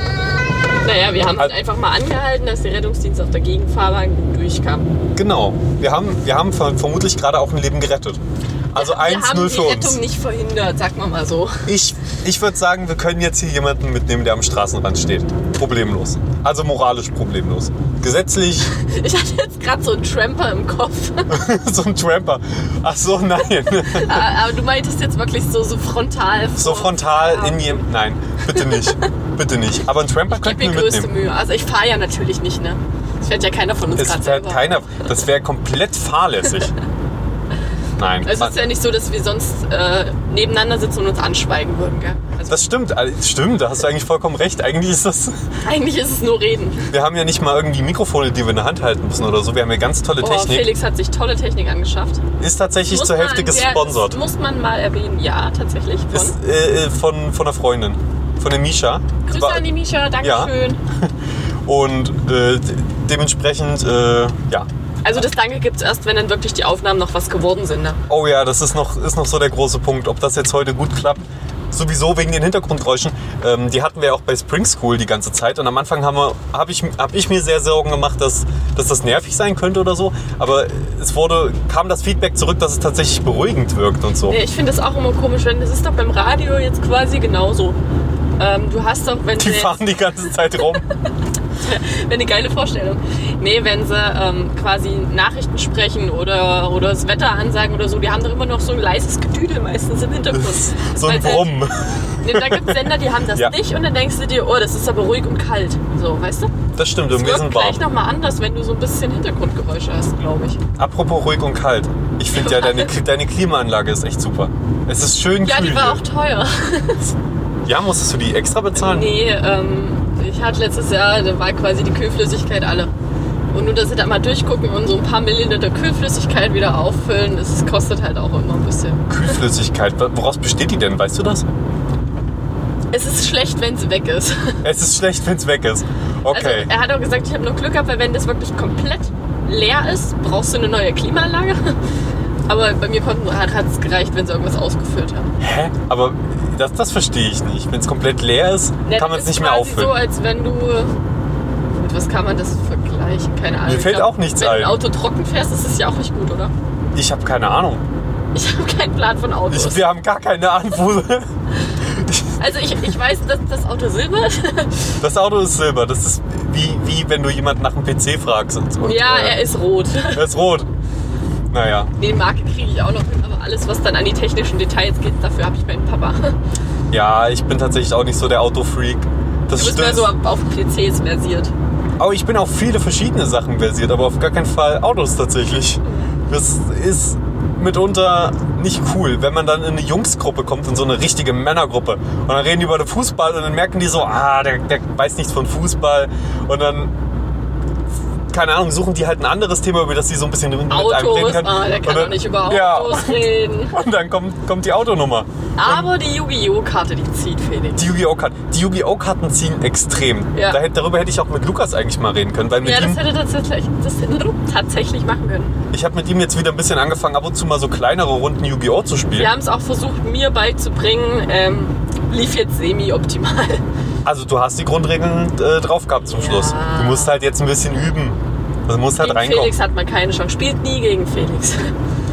Speaker 2: Naja, wir haben halt
Speaker 1: Al-
Speaker 2: einfach mal angehalten, dass der Rettungsdienst auf der Gegenfahrbahn gut durchkam.
Speaker 1: Genau, wir haben, wir haben ver- vermutlich gerade auch ein Leben gerettet. Also
Speaker 2: wir
Speaker 1: 1-0
Speaker 2: haben die
Speaker 1: für
Speaker 2: Rettung
Speaker 1: uns.
Speaker 2: nicht verhindert, sagen wir mal so.
Speaker 1: Ich, ich würde sagen, wir können jetzt hier jemanden mitnehmen, der am Straßenrand steht. Problemlos. Also moralisch problemlos. Gesetzlich
Speaker 2: Ich hatte jetzt gerade so einen Tramper im Kopf.
Speaker 1: so ein Tramper. Ach so, nein.
Speaker 2: Aber du meintest jetzt wirklich so, so frontal.
Speaker 1: So
Speaker 2: vor- Genau.
Speaker 1: frontal
Speaker 2: Ja.
Speaker 1: in jedem. Nein, bitte nicht. Bitte nicht. Aber ein Tramper
Speaker 2: Ich gebe
Speaker 1: könnten
Speaker 2: mir
Speaker 1: wir
Speaker 2: größte
Speaker 1: mitnehmen.
Speaker 2: Mühe. Also ich fahre ja natürlich nicht, ne? Das fährt ja keiner von uns
Speaker 1: Es
Speaker 2: gerade
Speaker 1: fährt
Speaker 2: selber.
Speaker 1: keiner. Das wäre komplett fahrlässig. Nein.
Speaker 2: Also es
Speaker 1: man-
Speaker 2: ist ja nicht so, dass wir sonst äh, nebeneinander sitzen und uns anschweigen würden, gell? Also
Speaker 1: Das stimmt, Al- stimmt, da hast du eigentlich vollkommen recht. Eigentlich ist das.
Speaker 2: eigentlich ist es nur reden.
Speaker 1: Wir haben ja nicht mal irgendwie Mikrofone, die wir in der Hand halten müssen oder so. Wir haben ja ganz tolle
Speaker 2: Oh,
Speaker 1: Technik.
Speaker 2: Felix hat sich tolle Technik angeschafft.
Speaker 1: Ist tatsächlich
Speaker 2: Muss
Speaker 1: zur
Speaker 2: man-
Speaker 1: Hälfte
Speaker 2: der-
Speaker 1: gesponsert.
Speaker 2: Muss man mal erwähnen, ja, tatsächlich. Von.
Speaker 1: Ist äh, äh, von, von einer Freundin. Von der Misha.
Speaker 2: Grüße
Speaker 1: Aber-
Speaker 2: an die Misha, Dankeschön.
Speaker 1: Und äh, de- dementsprechend, äh, ja.
Speaker 2: Also das Danke gibt's erst, wenn dann wirklich die Aufnahmen noch was geworden sind. Ne?
Speaker 1: Oh ja, das ist noch, ist noch so der große Punkt, ob das jetzt heute gut klappt. Sowieso wegen den Hintergrundgeräuschen. Ähm, die hatten wir auch bei Spring School die ganze Zeit. Und am Anfang habe hab ich, hab ich mir sehr Sorgen gemacht, dass, dass das nervig sein könnte oder so. Aber es wurde, kam das Feedback zurück, dass es tatsächlich beruhigend wirkt und so.
Speaker 2: Ja, Ich finde das auch immer komisch, wenn das ist doch beim Radio jetzt quasi genauso. Ähm, du hast doch, wenn
Speaker 1: Die
Speaker 2: sie,
Speaker 1: fahren die ganze Zeit rum.
Speaker 2: wenn eine geile Vorstellung. Nee, wenn sie ähm, quasi Nachrichten sprechen oder, oder das Wetter ansagen oder so, die haben doch immer noch so ein leises Gedüdel meistens im Hintergrund.
Speaker 1: so ein
Speaker 2: Weil's halt-
Speaker 1: Brummen.
Speaker 2: Nee, da gibt es Sender, die haben das
Speaker 1: Ja.
Speaker 2: nicht und dann denkst du dir, oh, das ist aber ruhig und kalt. So, weißt du?
Speaker 1: Das stimmt,
Speaker 2: Das
Speaker 1: im
Speaker 2: wirkt
Speaker 1: Wesen
Speaker 2: gleich
Speaker 1: warm.
Speaker 2: nochmal anders, wenn du so ein bisschen Hintergrundgeräusche hast, glaube ich.
Speaker 1: Apropos ruhig und kalt. Ich finde ja, deine, deine Klimaanlage ist echt super. Es ist schön
Speaker 2: Ja,
Speaker 1: kühl.
Speaker 2: die war auch
Speaker 1: hier.
Speaker 2: teuer.
Speaker 1: ja, musstest du die extra bezahlen?
Speaker 2: Nee, ähm, ich hatte letztes Jahr, da war quasi die Kühlflüssigkeit alle. Und nur, dass sie da mal durchgucken und so ein paar Milliliter Kühlflüssigkeit wieder auffüllen, das kostet halt auch immer ein bisschen.
Speaker 1: Kühlflüssigkeit, wa- woraus besteht die denn? Weißt du das?
Speaker 2: Es ist schlecht, wenn es weg ist.
Speaker 1: Es ist schlecht, wenn es weg ist. Okay.
Speaker 2: Also, er hat auch gesagt, ich habe nur Glück gehabt, weil wenn das wirklich komplett leer ist, brauchst du eine neue Klimaanlage. Aber bei mir konnten- hat es gereicht, wenn sie irgendwas ausgefüllt haben.
Speaker 1: Hä? Aber das, das verstehe ich nicht. Wenn es komplett leer ist,
Speaker 2: Ja,
Speaker 1: kann man es
Speaker 2: Ne, das ist
Speaker 1: nicht mehr
Speaker 2: quasi
Speaker 1: auffüllen.
Speaker 2: so, als wenn du. Mit was kann man das vergleichen? Keine Ahnung.
Speaker 1: Mir
Speaker 2: Ich
Speaker 1: fällt auch nichts
Speaker 2: wenn
Speaker 1: ein.
Speaker 2: Wenn ein Auto trocken fährst, ist es ja auch nicht gut, oder?
Speaker 1: ich habe keine Ahnung.
Speaker 2: Ich habe keinen Plan von Autos.
Speaker 1: Ich, wir haben gar keine Ahnung. wo-
Speaker 2: also ich, ich weiß, dass das Auto Silber ist.
Speaker 1: Das Auto ist silber. Das ist wie, wie wenn du jemanden nach einem PC fragst. Und, und,
Speaker 2: ja,
Speaker 1: äh,
Speaker 2: er ist rot.
Speaker 1: er ist rot. Naja.
Speaker 2: Die Marke kriege ich auch noch hin, aber alles, was dann an die technischen Details geht, dafür habe ich meinen Papa.
Speaker 1: Ja, ich bin tatsächlich auch nicht so der Autofreak. Das
Speaker 2: Du bist mehr
Speaker 1: stimmt.
Speaker 2: so auf PCs versiert.
Speaker 1: Aber ich bin auf viele verschiedene Sachen versiert, aber auf gar keinen Fall Autos tatsächlich. Das ist mitunter nicht cool, wenn man dann in eine Jungsgruppe kommt, in so eine richtige Männergruppe. Und dann reden die über den Fußball und dann merken die so, ah, der, der weiß nichts von Fußball. Und dann, keine Ahnung, suchen die halt ein anderes Thema, über das sie so ein bisschen mit einem reden
Speaker 2: Autos,
Speaker 1: können.
Speaker 2: ah, der
Speaker 1: Und
Speaker 2: kann
Speaker 1: dann-
Speaker 2: doch nicht über
Speaker 1: ja,
Speaker 2: Autos reden.
Speaker 1: Und dann kommt, kommt die Autonummer.
Speaker 2: Aber die Yu-Gi-Oh! Karte, die zieht Felix.
Speaker 1: Die Yu-Gi-Oh! Karten. Die Yu-Gi-Oh! Karten ziehen extrem.
Speaker 2: Ja.
Speaker 1: Da hätte- darüber hätte ich auch mit Lukas eigentlich mal reden können, weil mit
Speaker 2: Ja,
Speaker 1: ihm
Speaker 2: das hätte tatsächlich, das tatsächlich machen können.
Speaker 1: Ich habe mit ihm jetzt wieder ein bisschen angefangen, ab und zu mal so kleinere Runden Yu-Gi-Oh! zu spielen.
Speaker 2: Wir haben es auch versucht, mir beizubringen. Ähm, lief jetzt semi-optimal.
Speaker 1: Also du hast die Grundregeln äh, drauf gehabt zum Schluss.
Speaker 2: Ja.
Speaker 1: Du musst halt jetzt ein bisschen üben. Du musst halt
Speaker 2: Gegen
Speaker 1: reinkommen.
Speaker 2: Felix hat man keine Chance. Spielt nie gegen Felix.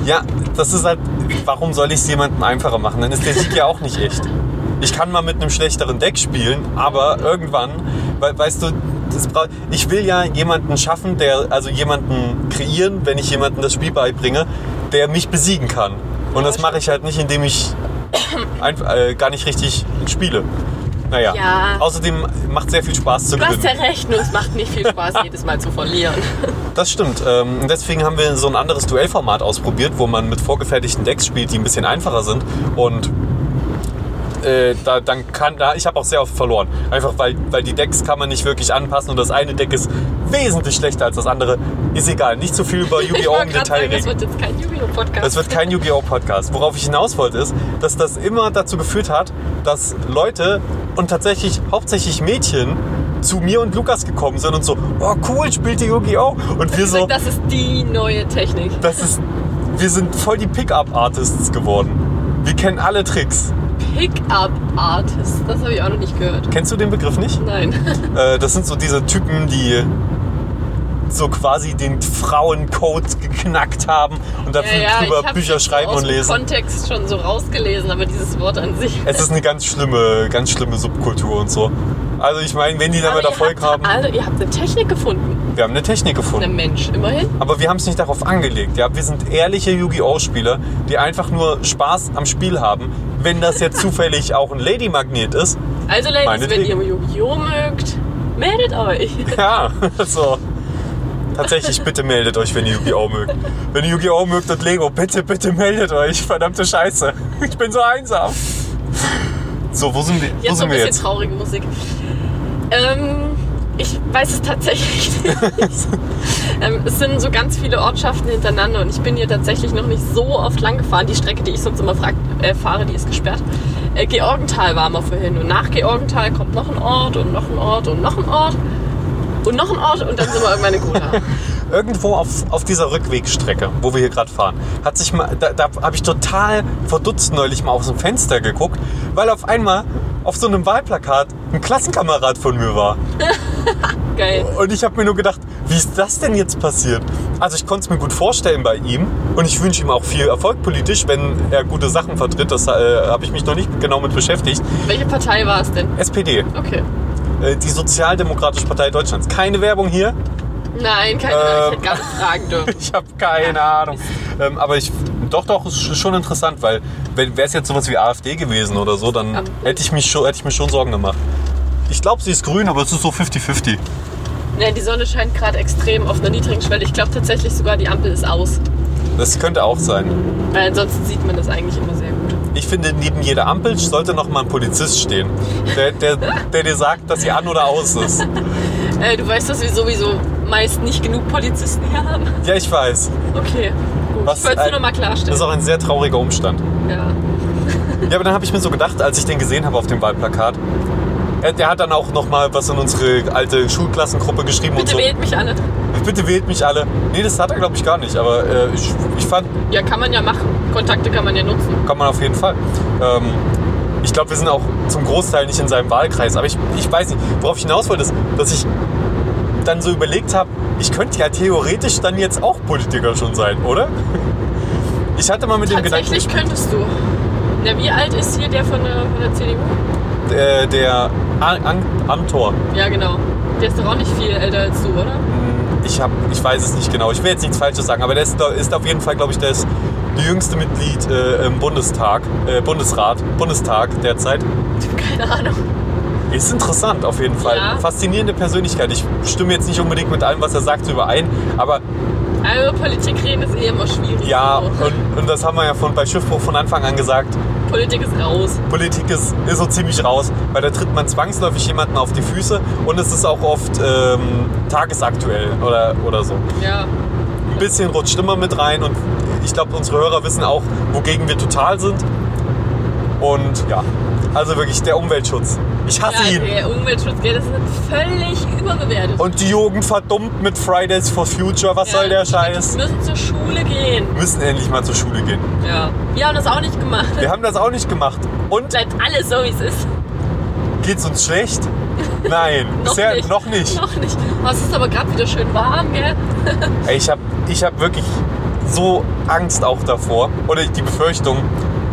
Speaker 1: Ja, das ist halt, warum soll ich es jemandem einfacher machen? Dann ist der Sieg ja auch nicht echt. Ich kann mal mit einem schlechteren Deck spielen, aber irgendwann, we weißt du, das bra- ich will ja jemanden schaffen, der, also jemanden kreieren, wenn ich jemandem das Spiel beibringe, der mich besiegen kann. Und das mache ich halt nicht, indem ich einf- äh, gar nicht richtig spiele. Naja,
Speaker 2: Ja.
Speaker 1: außerdem macht sehr viel Spaß zu
Speaker 2: Du hast ja
Speaker 1: gewinnen.
Speaker 2: recht, nur es macht nicht viel Spaß, jedes Mal zu verlieren.
Speaker 1: Das stimmt. Ähm, und deswegen haben wir so ein anderes Duellformat ausprobiert, wo man mit vorgefertigten Decks spielt, die ein bisschen einfacher sind. Und äh, da, dann kann, da, ich habe auch sehr oft verloren. Einfach weil, weil die Decks kann man nicht wirklich anpassen und das eine Deck ist wesentlich schlechter als das andere. Ist egal, nicht zu viel über
Speaker 2: Ich
Speaker 1: Yu-Gi-Oh!
Speaker 2: wollte
Speaker 1: im
Speaker 2: gerade
Speaker 1: Detail
Speaker 2: sagen,
Speaker 1: reden.
Speaker 2: das wird jetzt kein Yu-Gi-Oh!-Podcast.
Speaker 1: Das wird kein Yu-Gi-Oh! Podcast. Worauf ich hinaus wollte, ist, dass das immer dazu geführt hat, dass Leute und tatsächlich hauptsächlich Mädchen zu mir und Lukas gekommen sind und so, oh cool, spielt ihr Yu-Gi-Oh! Und wir so,
Speaker 2: Das ist die neue Technik.
Speaker 1: das ist, wir sind voll die Pickup-Artists geworden. Wir kennen alle Tricks.
Speaker 2: Pickup-Artist. Das habe ich auch noch nicht gehört.
Speaker 1: Kennst du den Begriff nicht?
Speaker 2: Nein.
Speaker 1: Äh, das sind so diese Typen, die so quasi den Frauencode geknackt haben und dafür drüber
Speaker 2: hab's
Speaker 1: Bücher
Speaker 2: jetzt
Speaker 1: schreiben
Speaker 2: aus
Speaker 1: und
Speaker 2: dem
Speaker 1: lesen.
Speaker 2: Kontext schon so rausgelesen, aber dieses Wort an sich.
Speaker 1: Es ist eine ganz schlimme, ganz schlimme Subkultur und so. Also ich meine, wenn die damit
Speaker 2: Aber ihr
Speaker 1: Erfolg haben,
Speaker 2: habt, Also, ihr habt eine Technik gefunden.
Speaker 1: wir haben eine Technik
Speaker 2: Eine
Speaker 1: gefunden.
Speaker 2: Mensch, immerhin.
Speaker 1: Aber wir haben es nicht darauf angelegt. Ja? Wir sind ehrliche Yu-Gi-Oh!-Spieler, die einfach nur Spaß am Spiel haben. Wenn das jetzt zufällig auch ein Lady-Magnet ist,
Speaker 2: Also, Ladies, wenn ihr
Speaker 1: Meinetwegen.
Speaker 2: Yu-Gi-Oh! mögt, meldet euch.
Speaker 1: ja, so. Tatsächlich, bitte meldet euch, wenn ihr Yu-Gi-Oh! mögt. Wenn ihr Yu-Gi-Oh! mögt und Lego, bitte, bitte meldet euch. Verdammte Scheiße. Ich bin so einsam. So, wo sind wir, wo
Speaker 2: Jetzt so ein
Speaker 1: sind wir
Speaker 2: bisschen
Speaker 1: jetzt?
Speaker 2: traurige Musik. Ähm, ich weiß es tatsächlich nicht. ähm, es sind so ganz viele Ortschaften hintereinander und ich bin hier tatsächlich noch nicht so oft lang gefahren. Die Strecke, die ich sonst immer frag, äh, fahre, die ist gesperrt. Äh, Georgenthal waren wir vorhin und nach Georgenthal kommt noch ein Ort und noch ein Ort und noch ein Ort und noch ein Ort und dann sind wir irgendwann in Gotha.
Speaker 1: Irgendwo auf, auf dieser Rückwegstrecke, wo wir hier gerade fahren, hat sich mal, da, da habe ich total verdutzt neulich mal aus dem Fenster geguckt, weil auf einmal auf so einem Wahlplakat ein Klassenkamerad von mir war.
Speaker 2: Geil.
Speaker 1: Und ich habe mir nur gedacht, wie ist das denn jetzt passiert? Also ich konnte es mir gut vorstellen bei ihm und ich wünsche ihm auch viel Erfolg politisch, wenn er gute Sachen vertritt. Das äh, habe ich mich noch nicht genau mit beschäftigt.
Speaker 2: Welche Partei war es denn?
Speaker 1: SPD,
Speaker 2: Okay.
Speaker 1: äh, die Sozialdemokratische Partei Deutschlands. Keine Werbung hier.
Speaker 2: Nein, keine Ahnung. Ich
Speaker 1: Ähm.
Speaker 2: hätte gar nicht fragen dürfen.
Speaker 1: Ich habe keine Ahnung. Ähm, aber ich, doch, doch, ist schon interessant, weil wäre es jetzt sowas wie AfD gewesen oder so, dann
Speaker 2: Ah.
Speaker 1: hätte ich, mich schon, hätte ich mir schon Sorgen gemacht. Ich glaube, sie ist grün, aber es ist so 50-50.
Speaker 2: Ja, die Sonne scheint gerade extrem auf einer niedrigen Schwelle. Ich glaube tatsächlich sogar, die Ampel ist aus.
Speaker 1: Das könnte auch sein.
Speaker 2: Weil ansonsten sieht man das eigentlich immer sehr gut.
Speaker 1: Ich finde, neben jeder Ampel sollte noch mal ein Polizist stehen, der, der, der dir sagt, dass sie an oder aus ist.
Speaker 2: Äh, du weißt, dass wir sowieso meist nicht genug Polizisten hier haben.
Speaker 1: Ja, ich weiß.
Speaker 2: Okay. Gut.
Speaker 1: Was
Speaker 2: ich wollte es
Speaker 1: ein-
Speaker 2: nur noch mal
Speaker 1: Das
Speaker 2: klarstellen.
Speaker 1: ist auch ein sehr trauriger Umstand.
Speaker 2: ja.
Speaker 1: Ja, aber dann habe ich mir so gedacht, als ich den gesehen habe auf dem Wahlplakat, er, der hat dann auch noch mal was in unsere alte Schulklassengruppe geschrieben und
Speaker 2: Bitte
Speaker 1: so.
Speaker 2: wählt mich alle.
Speaker 1: Bitte wählt mich alle. Nee, das hat er, glaube ich, gar nicht. Aber äh, ich, ich fand,
Speaker 2: Ja, kann man ja machen. Kontakte kann man ja nutzen.
Speaker 1: kann man auf jeden Fall. Ähm, ich glaube, wir sind auch zum Großteil nicht in seinem Wahlkreis. Aber ich, ich weiß nicht, worauf ich hinaus wollte, ist, dass ich dann so überlegt habe, ich könnte ja theoretisch dann jetzt auch Politiker schon sein, oder? Ich hatte mal mit dem Gedanken,
Speaker 2: Tatsächlich könntest du. Na, wie alt ist hier der von der, von der CDU?
Speaker 1: äh, der An An Amtor,
Speaker 2: Ja, genau. Der ist doch auch nicht viel älter als du, oder?
Speaker 1: ich, hab, ich weiß es nicht genau, ich will jetzt nichts Falsches sagen, aber der ist, ist auf jeden Fall, glaube ich, der ist der jüngste Mitglied äh, im Bundestag, äh, Bundesrat, Bundestag derzeit.
Speaker 2: Ich hab keine Ahnung.
Speaker 1: Ist interessant auf jeden Fall.
Speaker 2: Ja.
Speaker 1: Faszinierende Persönlichkeit. Ich stimme jetzt nicht unbedingt mit allem, was er sagt, überein, aber
Speaker 2: Also über Politik reden ist eh immer schwierig.
Speaker 1: ja,
Speaker 2: So.
Speaker 1: und, und das haben wir ja von, bei Schiffbruch von Anfang an gesagt.
Speaker 2: Politik ist raus.
Speaker 1: Politik ist, ist so ziemlich raus, weil da tritt man zwangsläufig jemanden auf die Füße und es ist auch oft ähm, tagesaktuell oder, oder so.
Speaker 2: Ja.
Speaker 1: Ein bisschen rutscht immer mit rein und ich glaube, unsere Hörer wissen auch, wogegen wir total sind. Und ja, also wirklich der Umweltschutz. Ich hasse
Speaker 2: Ja,
Speaker 1: ihn.
Speaker 2: der Umweltschutz, gell, das ist völlig überbewertet.
Speaker 1: Und die Jugend verdummt mit Fridays for Future. Was
Speaker 2: Ja,
Speaker 1: soll der
Speaker 2: die
Speaker 1: Scheiß?
Speaker 2: müssen zur Schule gehen.
Speaker 1: müssen endlich mal zur Schule gehen.
Speaker 2: Ja. Wir haben das auch nicht gemacht.
Speaker 1: Wir haben das auch nicht gemacht. Und
Speaker 2: Bleibt alles so, wie es ist.
Speaker 1: geht's uns schlecht? Nein,
Speaker 2: Noch
Speaker 1: bisher
Speaker 2: nicht.
Speaker 1: noch nicht.
Speaker 2: Noch nicht. Oh, es ist aber gerade wieder schön warm, gell?
Speaker 1: Ey, ich habe ich hab wirklich so Angst auch davor oder die Befürchtung,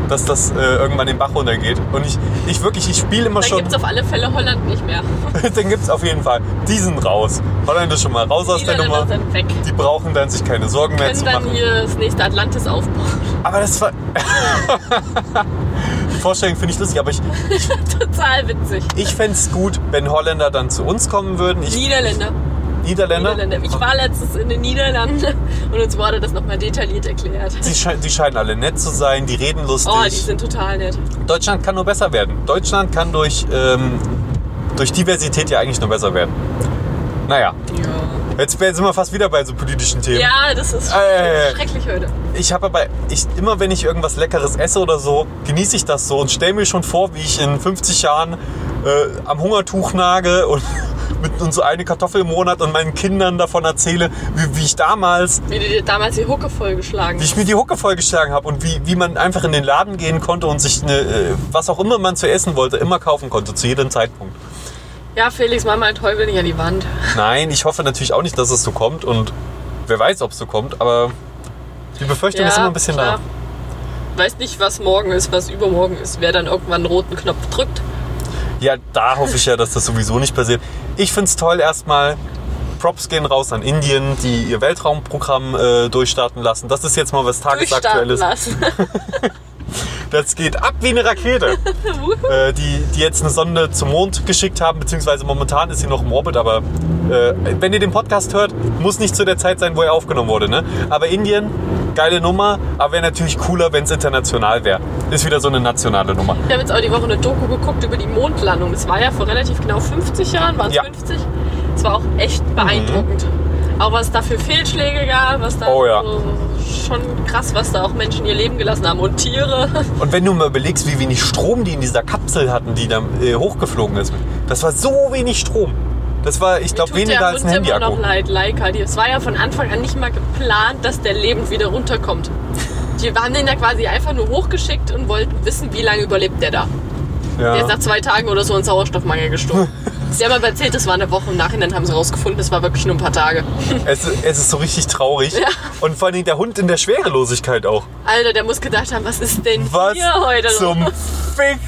Speaker 1: dass das äh, irgendwann den Bach runtergeht. Und ich, ich wirklich, ich spiele immer
Speaker 2: Dann
Speaker 1: schon.
Speaker 2: gibt es auf alle Fälle Holland nicht mehr.
Speaker 1: dann gibt's auf jeden Fall diesen raus. Holland ist schon mal raus aus
Speaker 2: Die
Speaker 1: der Nummer.
Speaker 2: Niederländer sind weg.
Speaker 1: Die brauchen dann sich keine Sorgen mehr
Speaker 2: Können
Speaker 1: zu
Speaker 2: dann
Speaker 1: machen.
Speaker 2: hier das nächste Atlantis aufbauen.
Speaker 1: Aber das war. die Vorstellung finde ich lustig, aber ich,
Speaker 2: Total witzig.
Speaker 1: ich fände es gut, wenn Holländer dann zu uns kommen würden. Ich
Speaker 2: Niederländer.
Speaker 1: Niederländer?
Speaker 2: Niederländer. Ich war letztens in den Niederlanden und uns wurde das nochmal detailliert erklärt.
Speaker 1: Die, sche die scheinen alle nett zu sein, die reden lustig.
Speaker 2: Oh, die sind total nett.
Speaker 1: Deutschland kann nur besser werden. Deutschland kann durch, ähm, durch Diversität ja eigentlich nur besser werden. Naja,
Speaker 2: Ja.
Speaker 1: jetzt wär- sind wir fast wieder bei so politischen Themen.
Speaker 2: Ja, das ist
Speaker 1: Äh.
Speaker 2: schrecklich heute.
Speaker 1: Ich habe aber, ich, immer wenn ich irgendwas Leckeres esse oder so, genieße ich das so und stelle mir schon vor, wie ich in 50 Jahren äh, am Hungertuch nage und, mit, und so eine Kartoffel im Monat und meinen Kindern davon erzähle, wie, wie ich damals
Speaker 2: Wie du dir damals die Hucke vollgeschlagen
Speaker 1: wie ich
Speaker 2: hast.
Speaker 1: mir die Hucke vollgeschlagen habe und wie, wie man einfach in den Laden gehen konnte und sich eine, äh, was auch immer man zu essen wollte, immer kaufen konnte, zu jedem Zeitpunkt.
Speaker 2: Ja, Felix, mach mal einen Teufel nicht an die Wand.
Speaker 1: Nein, ich hoffe natürlich auch nicht, dass es so kommt und wer weiß, ob es so kommt, aber die Befürchtung ist immer ein bisschen
Speaker 2: klar. Weiß nicht, was morgen ist, was übermorgen ist. Wer dann irgendwann einen roten Knopf drückt.
Speaker 1: da. Ja, da hoffe ich ja, dass das sowieso nicht passiert. Ich finde es toll erstmal. Props gehen raus an Indien, die ihr Weltraumprogramm äh, durchstarten lassen. Das ist jetzt mal was
Speaker 2: Durchstarten
Speaker 1: Tagesaktuelles.
Speaker 2: lassen.
Speaker 1: Das geht ab wie eine Rakete. äh, die, die jetzt eine Sonde zum Mond geschickt haben, beziehungsweise momentan ist sie noch im Orbit, aber äh, wenn ihr den Podcast hört, muss nicht zu der Zeit sein, wo er aufgenommen wurde. Ne? Aber Indien, geile Nummer, aber wäre natürlich cooler, wenn es international wäre. Ist wieder so eine nationale Nummer.
Speaker 2: Wir haben jetzt auch die Woche eine Doku geguckt über die Mondlandung. Das war ja vor relativ genau 50 Jahren, waren es
Speaker 1: Ja. Mhm.
Speaker 2: 50? Das war auch echt beeindruckend. Auch was da für Fehlschläge gab, was da
Speaker 1: Oh ja.
Speaker 2: so, schon krass, was da auch Menschen ihr Leben gelassen haben und Tiere.
Speaker 1: Und wenn du mal überlegst, wie wenig Strom die in dieser Kapsel hatten, die da äh, hochgeflogen ist, das war so wenig Strom. Das war, ich glaube,
Speaker 2: Tut der
Speaker 1: weniger als ein
Speaker 2: Hund immer
Speaker 1: Handyakku.
Speaker 2: noch leid, Leica. Die- Es war ja von Anfang an nicht mal geplant, dass der lebend wieder runterkommt. Die haben den da quasi einfach nur hochgeschickt und wollten wissen, wie lange überlebt der da.
Speaker 1: Ja.
Speaker 2: Der ist nach zwei Tagen oder so an Sauerstoffmangel gestorben. Sie haben aber erzählt, das war eine Woche. Im Nachhinein haben sie rausgefunden, es war wirklich nur ein paar Tage.
Speaker 1: Es, es ist so richtig traurig. Und vor allen Dingen der Hund in der Schwerelosigkeit auch.
Speaker 2: Alter, der muss gedacht haben, was ist denn
Speaker 1: Was
Speaker 2: hier heute los?
Speaker 1: zum Fick?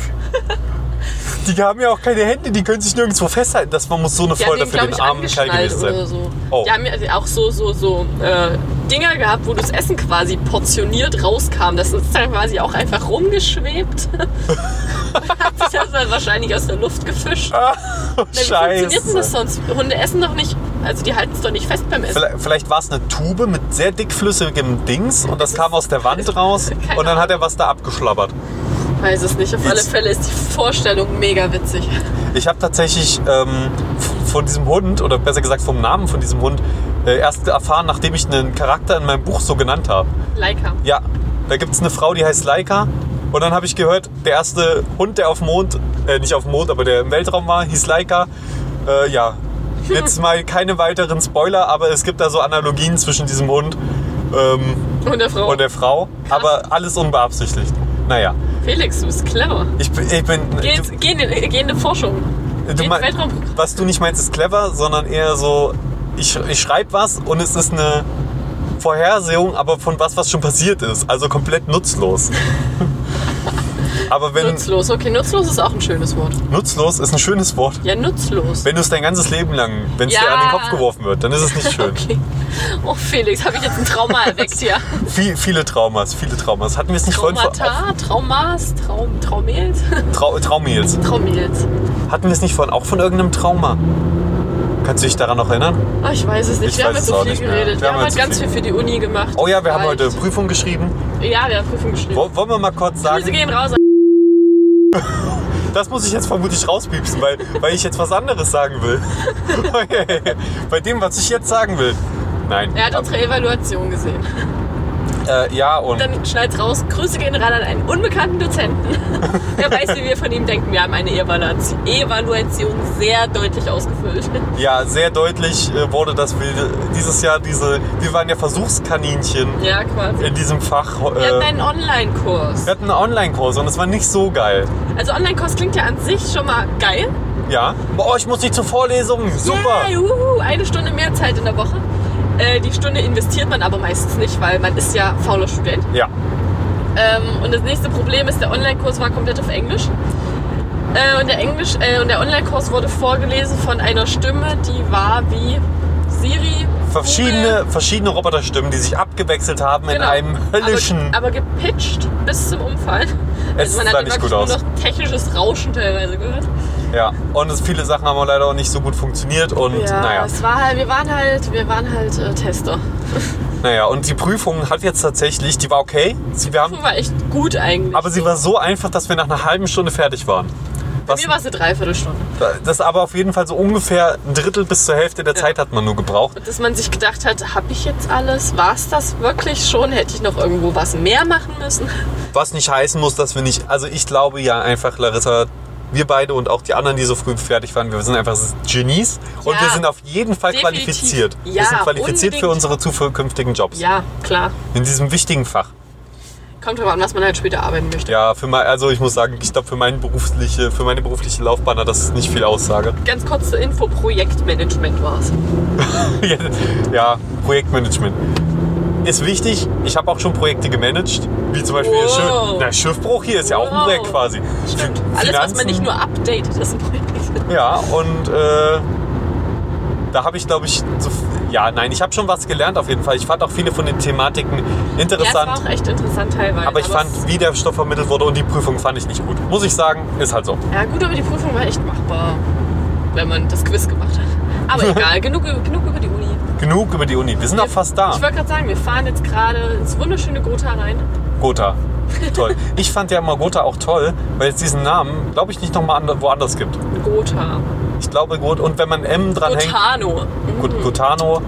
Speaker 1: Die haben ja auch keine Hände, die können sich nirgendwo festhalten. Das, man muss so eine
Speaker 2: Die
Speaker 1: Freude
Speaker 2: haben
Speaker 1: für den
Speaker 2: glaub ich,
Speaker 1: armen Kerl
Speaker 2: angeschnallt
Speaker 1: gewesen sein.
Speaker 2: Oder so.
Speaker 1: Oh.
Speaker 2: Die haben ja auch so, so, so äh, Dinger gehabt, wo das Essen quasi portioniert rauskam. Das ist dann quasi auch einfach rumgeschwebt. Hat sich das dann wahrscheinlich aus der Luft gefischt.
Speaker 1: Ah,
Speaker 2: Na, wie funktioniert denn das
Speaker 1: Scheiße.
Speaker 2: sonst? Hunde essen doch nicht, also die halten es doch nicht fest beim Essen.
Speaker 1: Vielleicht, vielleicht war es eine Tube mit sehr dickflüssigem Dings und das kam aus der Wand raus
Speaker 2: Keine
Speaker 1: und dann hat er was da abgeschlabbert.
Speaker 2: Weiß es nicht. Auf alle
Speaker 1: Jetzt-
Speaker 2: Fälle ist die Vorstellung mega witzig.
Speaker 1: Ich habe tatsächlich ähm, f- von diesem Hund, oder besser gesagt vom Namen von diesem Hund, äh, erst erfahren, nachdem ich einen Charakter in meinem Buch so genannt habe.
Speaker 2: Leica.
Speaker 1: Ja, da gibt es eine Frau, die heißt Laika. Und dann habe ich gehört, der erste Hund, der auf dem Mond, äh, nicht auf dem Mond, aber der im Weltraum war, hieß Laika. Äh, ja, jetzt mal keine weiteren Spoiler, aber es gibt da so Analogien zwischen diesem Hund ähm,
Speaker 2: Und der Frau.
Speaker 1: und der Frau. Aber alles unbeabsichtigt. Naja,
Speaker 2: Felix, du bist clever.
Speaker 1: ich, bin- ich bin.
Speaker 2: Geh ins- geh in die- geh in die Forschung.
Speaker 1: du,
Speaker 2: geh ins
Speaker 1: mein-
Speaker 2: Weltraumprogramm.
Speaker 1: was du nicht meinst, ist clever, sondern eher so, ich, ich schreibe was und es ist eine Vorhersehung, aber von was, was schon passiert ist. Also komplett nutzlos. aber wenn.
Speaker 2: Nutzlos. Okay, nutzlos ist auch ein schönes Wort.
Speaker 1: Nutzlos ist ein schönes Wort.
Speaker 2: Ja, nutzlos.
Speaker 1: Wenn du es dein ganzes Leben lang, wenn es
Speaker 2: Ja.
Speaker 1: dir an den Kopf geworfen wird, dann ist es nicht schön.
Speaker 2: Okay. Oh, Felix, habe ich jetzt ein Trauma erweckt hier?
Speaker 1: Viel, viele Traumas, viele Traumas. Hatten wir es nicht vorhin vor, auf,
Speaker 2: Traumata, Traumas, Traum, Traumels?
Speaker 1: Trau, Traumils.
Speaker 2: Traumels.
Speaker 1: Hatten wir es nicht vorhin auch von irgendeinem Trauma? Kannst du dich daran noch erinnern?
Speaker 2: Ah, ich weiß es nicht.
Speaker 1: Ich
Speaker 2: wir haben
Speaker 1: weiß
Speaker 2: jetzt
Speaker 1: es
Speaker 2: so
Speaker 1: auch
Speaker 2: viel
Speaker 1: nicht mehr.
Speaker 2: geredet. Wir, haben
Speaker 1: heute
Speaker 2: halt ganz
Speaker 1: viel-
Speaker 2: viel für die Uni gemacht.
Speaker 1: Oh ja, wir haben heute
Speaker 2: Vielleicht.
Speaker 1: Prüfung geschrieben.
Speaker 2: Ja, wir haben Prüfung geschrieben.
Speaker 1: Wo- Wollen wir mal kurz sagen,
Speaker 2: Grüße gehen raus.
Speaker 1: Das muss ich jetzt vermutlich rauspiepsen, weil, weil ich jetzt was anderes sagen will. Bei dem, was ich jetzt sagen will. Nein.
Speaker 2: Er hat unsere Evaluation gesehen.
Speaker 1: äh, ja, und
Speaker 2: Dann schneid's raus. Grüße gehen ran an einen unbekannten Dozenten. Wer weiß, wie wir von ihm denken. Wir haben eine Evaluation, Evaluation sehr deutlich ausgefüllt.
Speaker 1: ja, sehr deutlich äh, wurde das Bild dieses Jahr diese. Wir waren ja Versuchskaninchen
Speaker 2: Ja, quasi.
Speaker 1: in diesem Fach. Äh,
Speaker 2: Wir hatten einen Online-Kurs.
Speaker 1: wir hatten einen Online-Kurs und es war nicht so geil.
Speaker 2: Also Online-Kurs klingt ja an sich schon mal geil.
Speaker 1: Ja. Oh, ich muss nicht zur Vorlesung. Super.
Speaker 2: Yay, wuhu, eine Stunde mehr Zeit in der Woche. Äh, die Stunde investiert man aber meistens nicht, weil man ist ja fauler Student.
Speaker 1: Ja.
Speaker 2: Ähm, und das nächste Problem ist, der Online-Kurs war komplett auf Englisch. Äh, und der Englisch äh, und der Online-Kurs wurde vorgelesen von einer Stimme, die war wie Siri.
Speaker 1: Verschiedene, verschiedene Roboterstimmen, die sich abgewechselt haben
Speaker 2: Google,
Speaker 1: in einem höllischen.
Speaker 2: Genau. Aber, aber gepitcht bis zum Umfallen.
Speaker 1: Es
Speaker 2: also man
Speaker 1: sah
Speaker 2: hat
Speaker 1: nicht
Speaker 2: wirklich
Speaker 1: gut
Speaker 2: nur
Speaker 1: aus.
Speaker 2: noch technisches Rauschen teilweise gehört.
Speaker 1: Ja, und es, viele Sachen haben auch leider auch nicht so gut funktioniert und
Speaker 2: ja,
Speaker 1: naja.
Speaker 2: es war halt, wir waren halt, wir waren halt äh, Tester.
Speaker 1: Naja, und die Prüfung hat jetzt tatsächlich, die war okay. Sie, wir haben,
Speaker 2: Prüfung war echt gut eigentlich.
Speaker 1: aber sie war so einfach, dass wir nach einer halben Stunde fertig waren.
Speaker 2: Bei
Speaker 1: Was,
Speaker 2: mir war es eine Dreiviertelstunde.
Speaker 1: das aber auf jeden Fall so ungefähr ein Drittel bis zur Hälfte der Zeit hat man nur gebraucht.
Speaker 2: Dass man sich gedacht hat, habe ich jetzt alles? War es das wirklich schon? Hätte ich noch irgendwo was mehr machen müssen?
Speaker 1: Was nicht heißen muss, dass wir nicht. Also ich glaube ja einfach, Larissa, wir beide und auch die anderen, die so früh fertig waren, wir sind einfach Genies und
Speaker 2: Ja,
Speaker 1: wir sind auf jeden Fall
Speaker 2: definitiv.
Speaker 1: qualifiziert. wir
Speaker 2: Ja,
Speaker 1: sind qualifiziert für
Speaker 2: unbedingt.
Speaker 1: unsere zukünftigen Jobs.
Speaker 2: Ja, klar.
Speaker 1: In diesem wichtigen Fach.
Speaker 2: Kommt drauf an, was man halt später arbeiten möchte.
Speaker 1: Ja, für mein, also ich muss sagen, ich glaube für, meine berufliche- für meine berufliche Laufbahn hat das nicht viel Aussage.
Speaker 2: Ganz kurze Info, Projektmanagement war es.
Speaker 1: ja, Projektmanagement. Ist wichtig, ich habe auch schon Projekte gemanagt, wie zum Beispiel
Speaker 2: Wow.
Speaker 1: Schiff, na, Schiffbruch hier ist ja auch ein
Speaker 2: Wow.
Speaker 1: Projekt quasi.
Speaker 2: Stimmt.
Speaker 1: Fin-
Speaker 2: Alles, was man
Speaker 1: Finanzen,
Speaker 2: nicht nur updatet, ist ein Projekt.
Speaker 1: Ja, und äh, da habe ich, glaube ich, so, ja, nein, ich habe schon was gelernt auf jeden Fall. Ich fand auch viele von den Thematiken
Speaker 2: Ja, es war
Speaker 1: interessant,
Speaker 2: auch echt interessant teilweise.
Speaker 1: aber ich fand, wie der Stoff vermittelt wurde und die Prüfung fand ich nicht gut. Muss ich sagen, ist halt so.
Speaker 2: es- Ja, gut, aber die Prüfung war echt machbar, wenn man das Quiz gemacht hat. Aber egal, genug, genug über die Uni.
Speaker 1: Genug über die Uni. Wir sind auch fast da.
Speaker 2: Ich wollte gerade sagen, wir fahren jetzt gerade ins wunderschöne Gotha rein.
Speaker 1: Gotha. Toll. Ich fand ja mal Gotha auch toll, weil es diesen Namen, glaube ich, nicht nochmal woanders gibt.
Speaker 2: Gotha.
Speaker 1: Ich glaube, Got und wenn man M dran hängt,
Speaker 2: Gothano.
Speaker 1: Gut, Gotano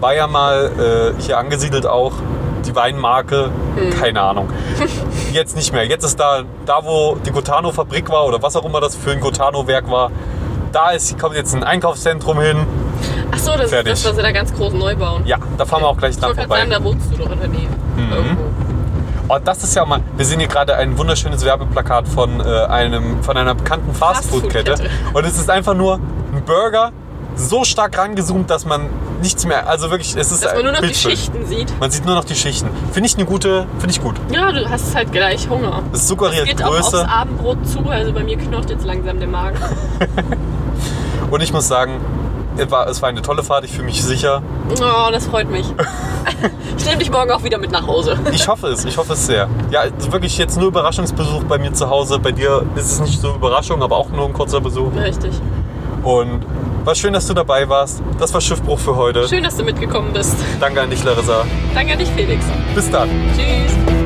Speaker 1: war ja mal äh, hier angesiedelt auch. Die Weinmarke,
Speaker 2: Hm.
Speaker 1: keine Ahnung. Jetzt nicht mehr. Jetzt ist da, da wo die Gotano-Fabrik war oder was auch immer das für ein Gotano-Werk war, da ist, kommt jetzt ein Einkaufszentrum hin.
Speaker 2: Ach so, das
Speaker 1: Fertig.
Speaker 2: ist das, was sie da ganz groß neu bauen.
Speaker 1: Ja, da fahren wir auch gleich
Speaker 2: ich
Speaker 1: dran
Speaker 2: wollte gerade
Speaker 1: vorbei. Mhm.
Speaker 2: sagen, da wohnst du doch in der Nähe. Irgendwo.
Speaker 1: Oh, das ist ja mal. Wir sehen hier gerade ein wunderschönes Werbeplakat von, äh, einem, von einer bekannten Fastfood-Kette.
Speaker 2: Fastfood-Kette.
Speaker 1: Und es ist einfach nur ein Burger, so stark rangezoomt, dass man nichts mehr. Also wirklich, es ist
Speaker 2: Dass man
Speaker 1: ein
Speaker 2: nur noch die
Speaker 1: Bildschirm.
Speaker 2: Schichten sieht.
Speaker 1: Man sieht nur noch die Schichten. Finde ich eine gute. Finde ich gut.
Speaker 2: Ja, du hast halt gleich Hunger.
Speaker 1: Es suggeriert
Speaker 2: Geht auch aufs
Speaker 1: Größe.
Speaker 2: Abendbrot zu, also bei mir knurrt jetzt langsam der Magen.
Speaker 1: Und ich muss sagen, es war, es war eine tolle Fahrt. Ich fühle mich sicher.
Speaker 2: Oh, das freut mich. Ich nehme dich morgen auch wieder mit nach Hause.
Speaker 1: Ich hoffe es. Ich hoffe es sehr. Ja, es ist wirklich jetzt nur Überraschungsbesuch bei mir zu Hause. Bei dir ist es nicht so Überraschung, aber auch nur ein kurzer Besuch.
Speaker 2: Richtig.
Speaker 1: Und war schön, dass du dabei warst. Das war Schiffbruch für heute.
Speaker 2: Schön, dass du mitgekommen bist.
Speaker 1: Danke an dich, Larissa.
Speaker 2: Danke an dich, Felix.
Speaker 1: Bis dann.
Speaker 2: Tschüss.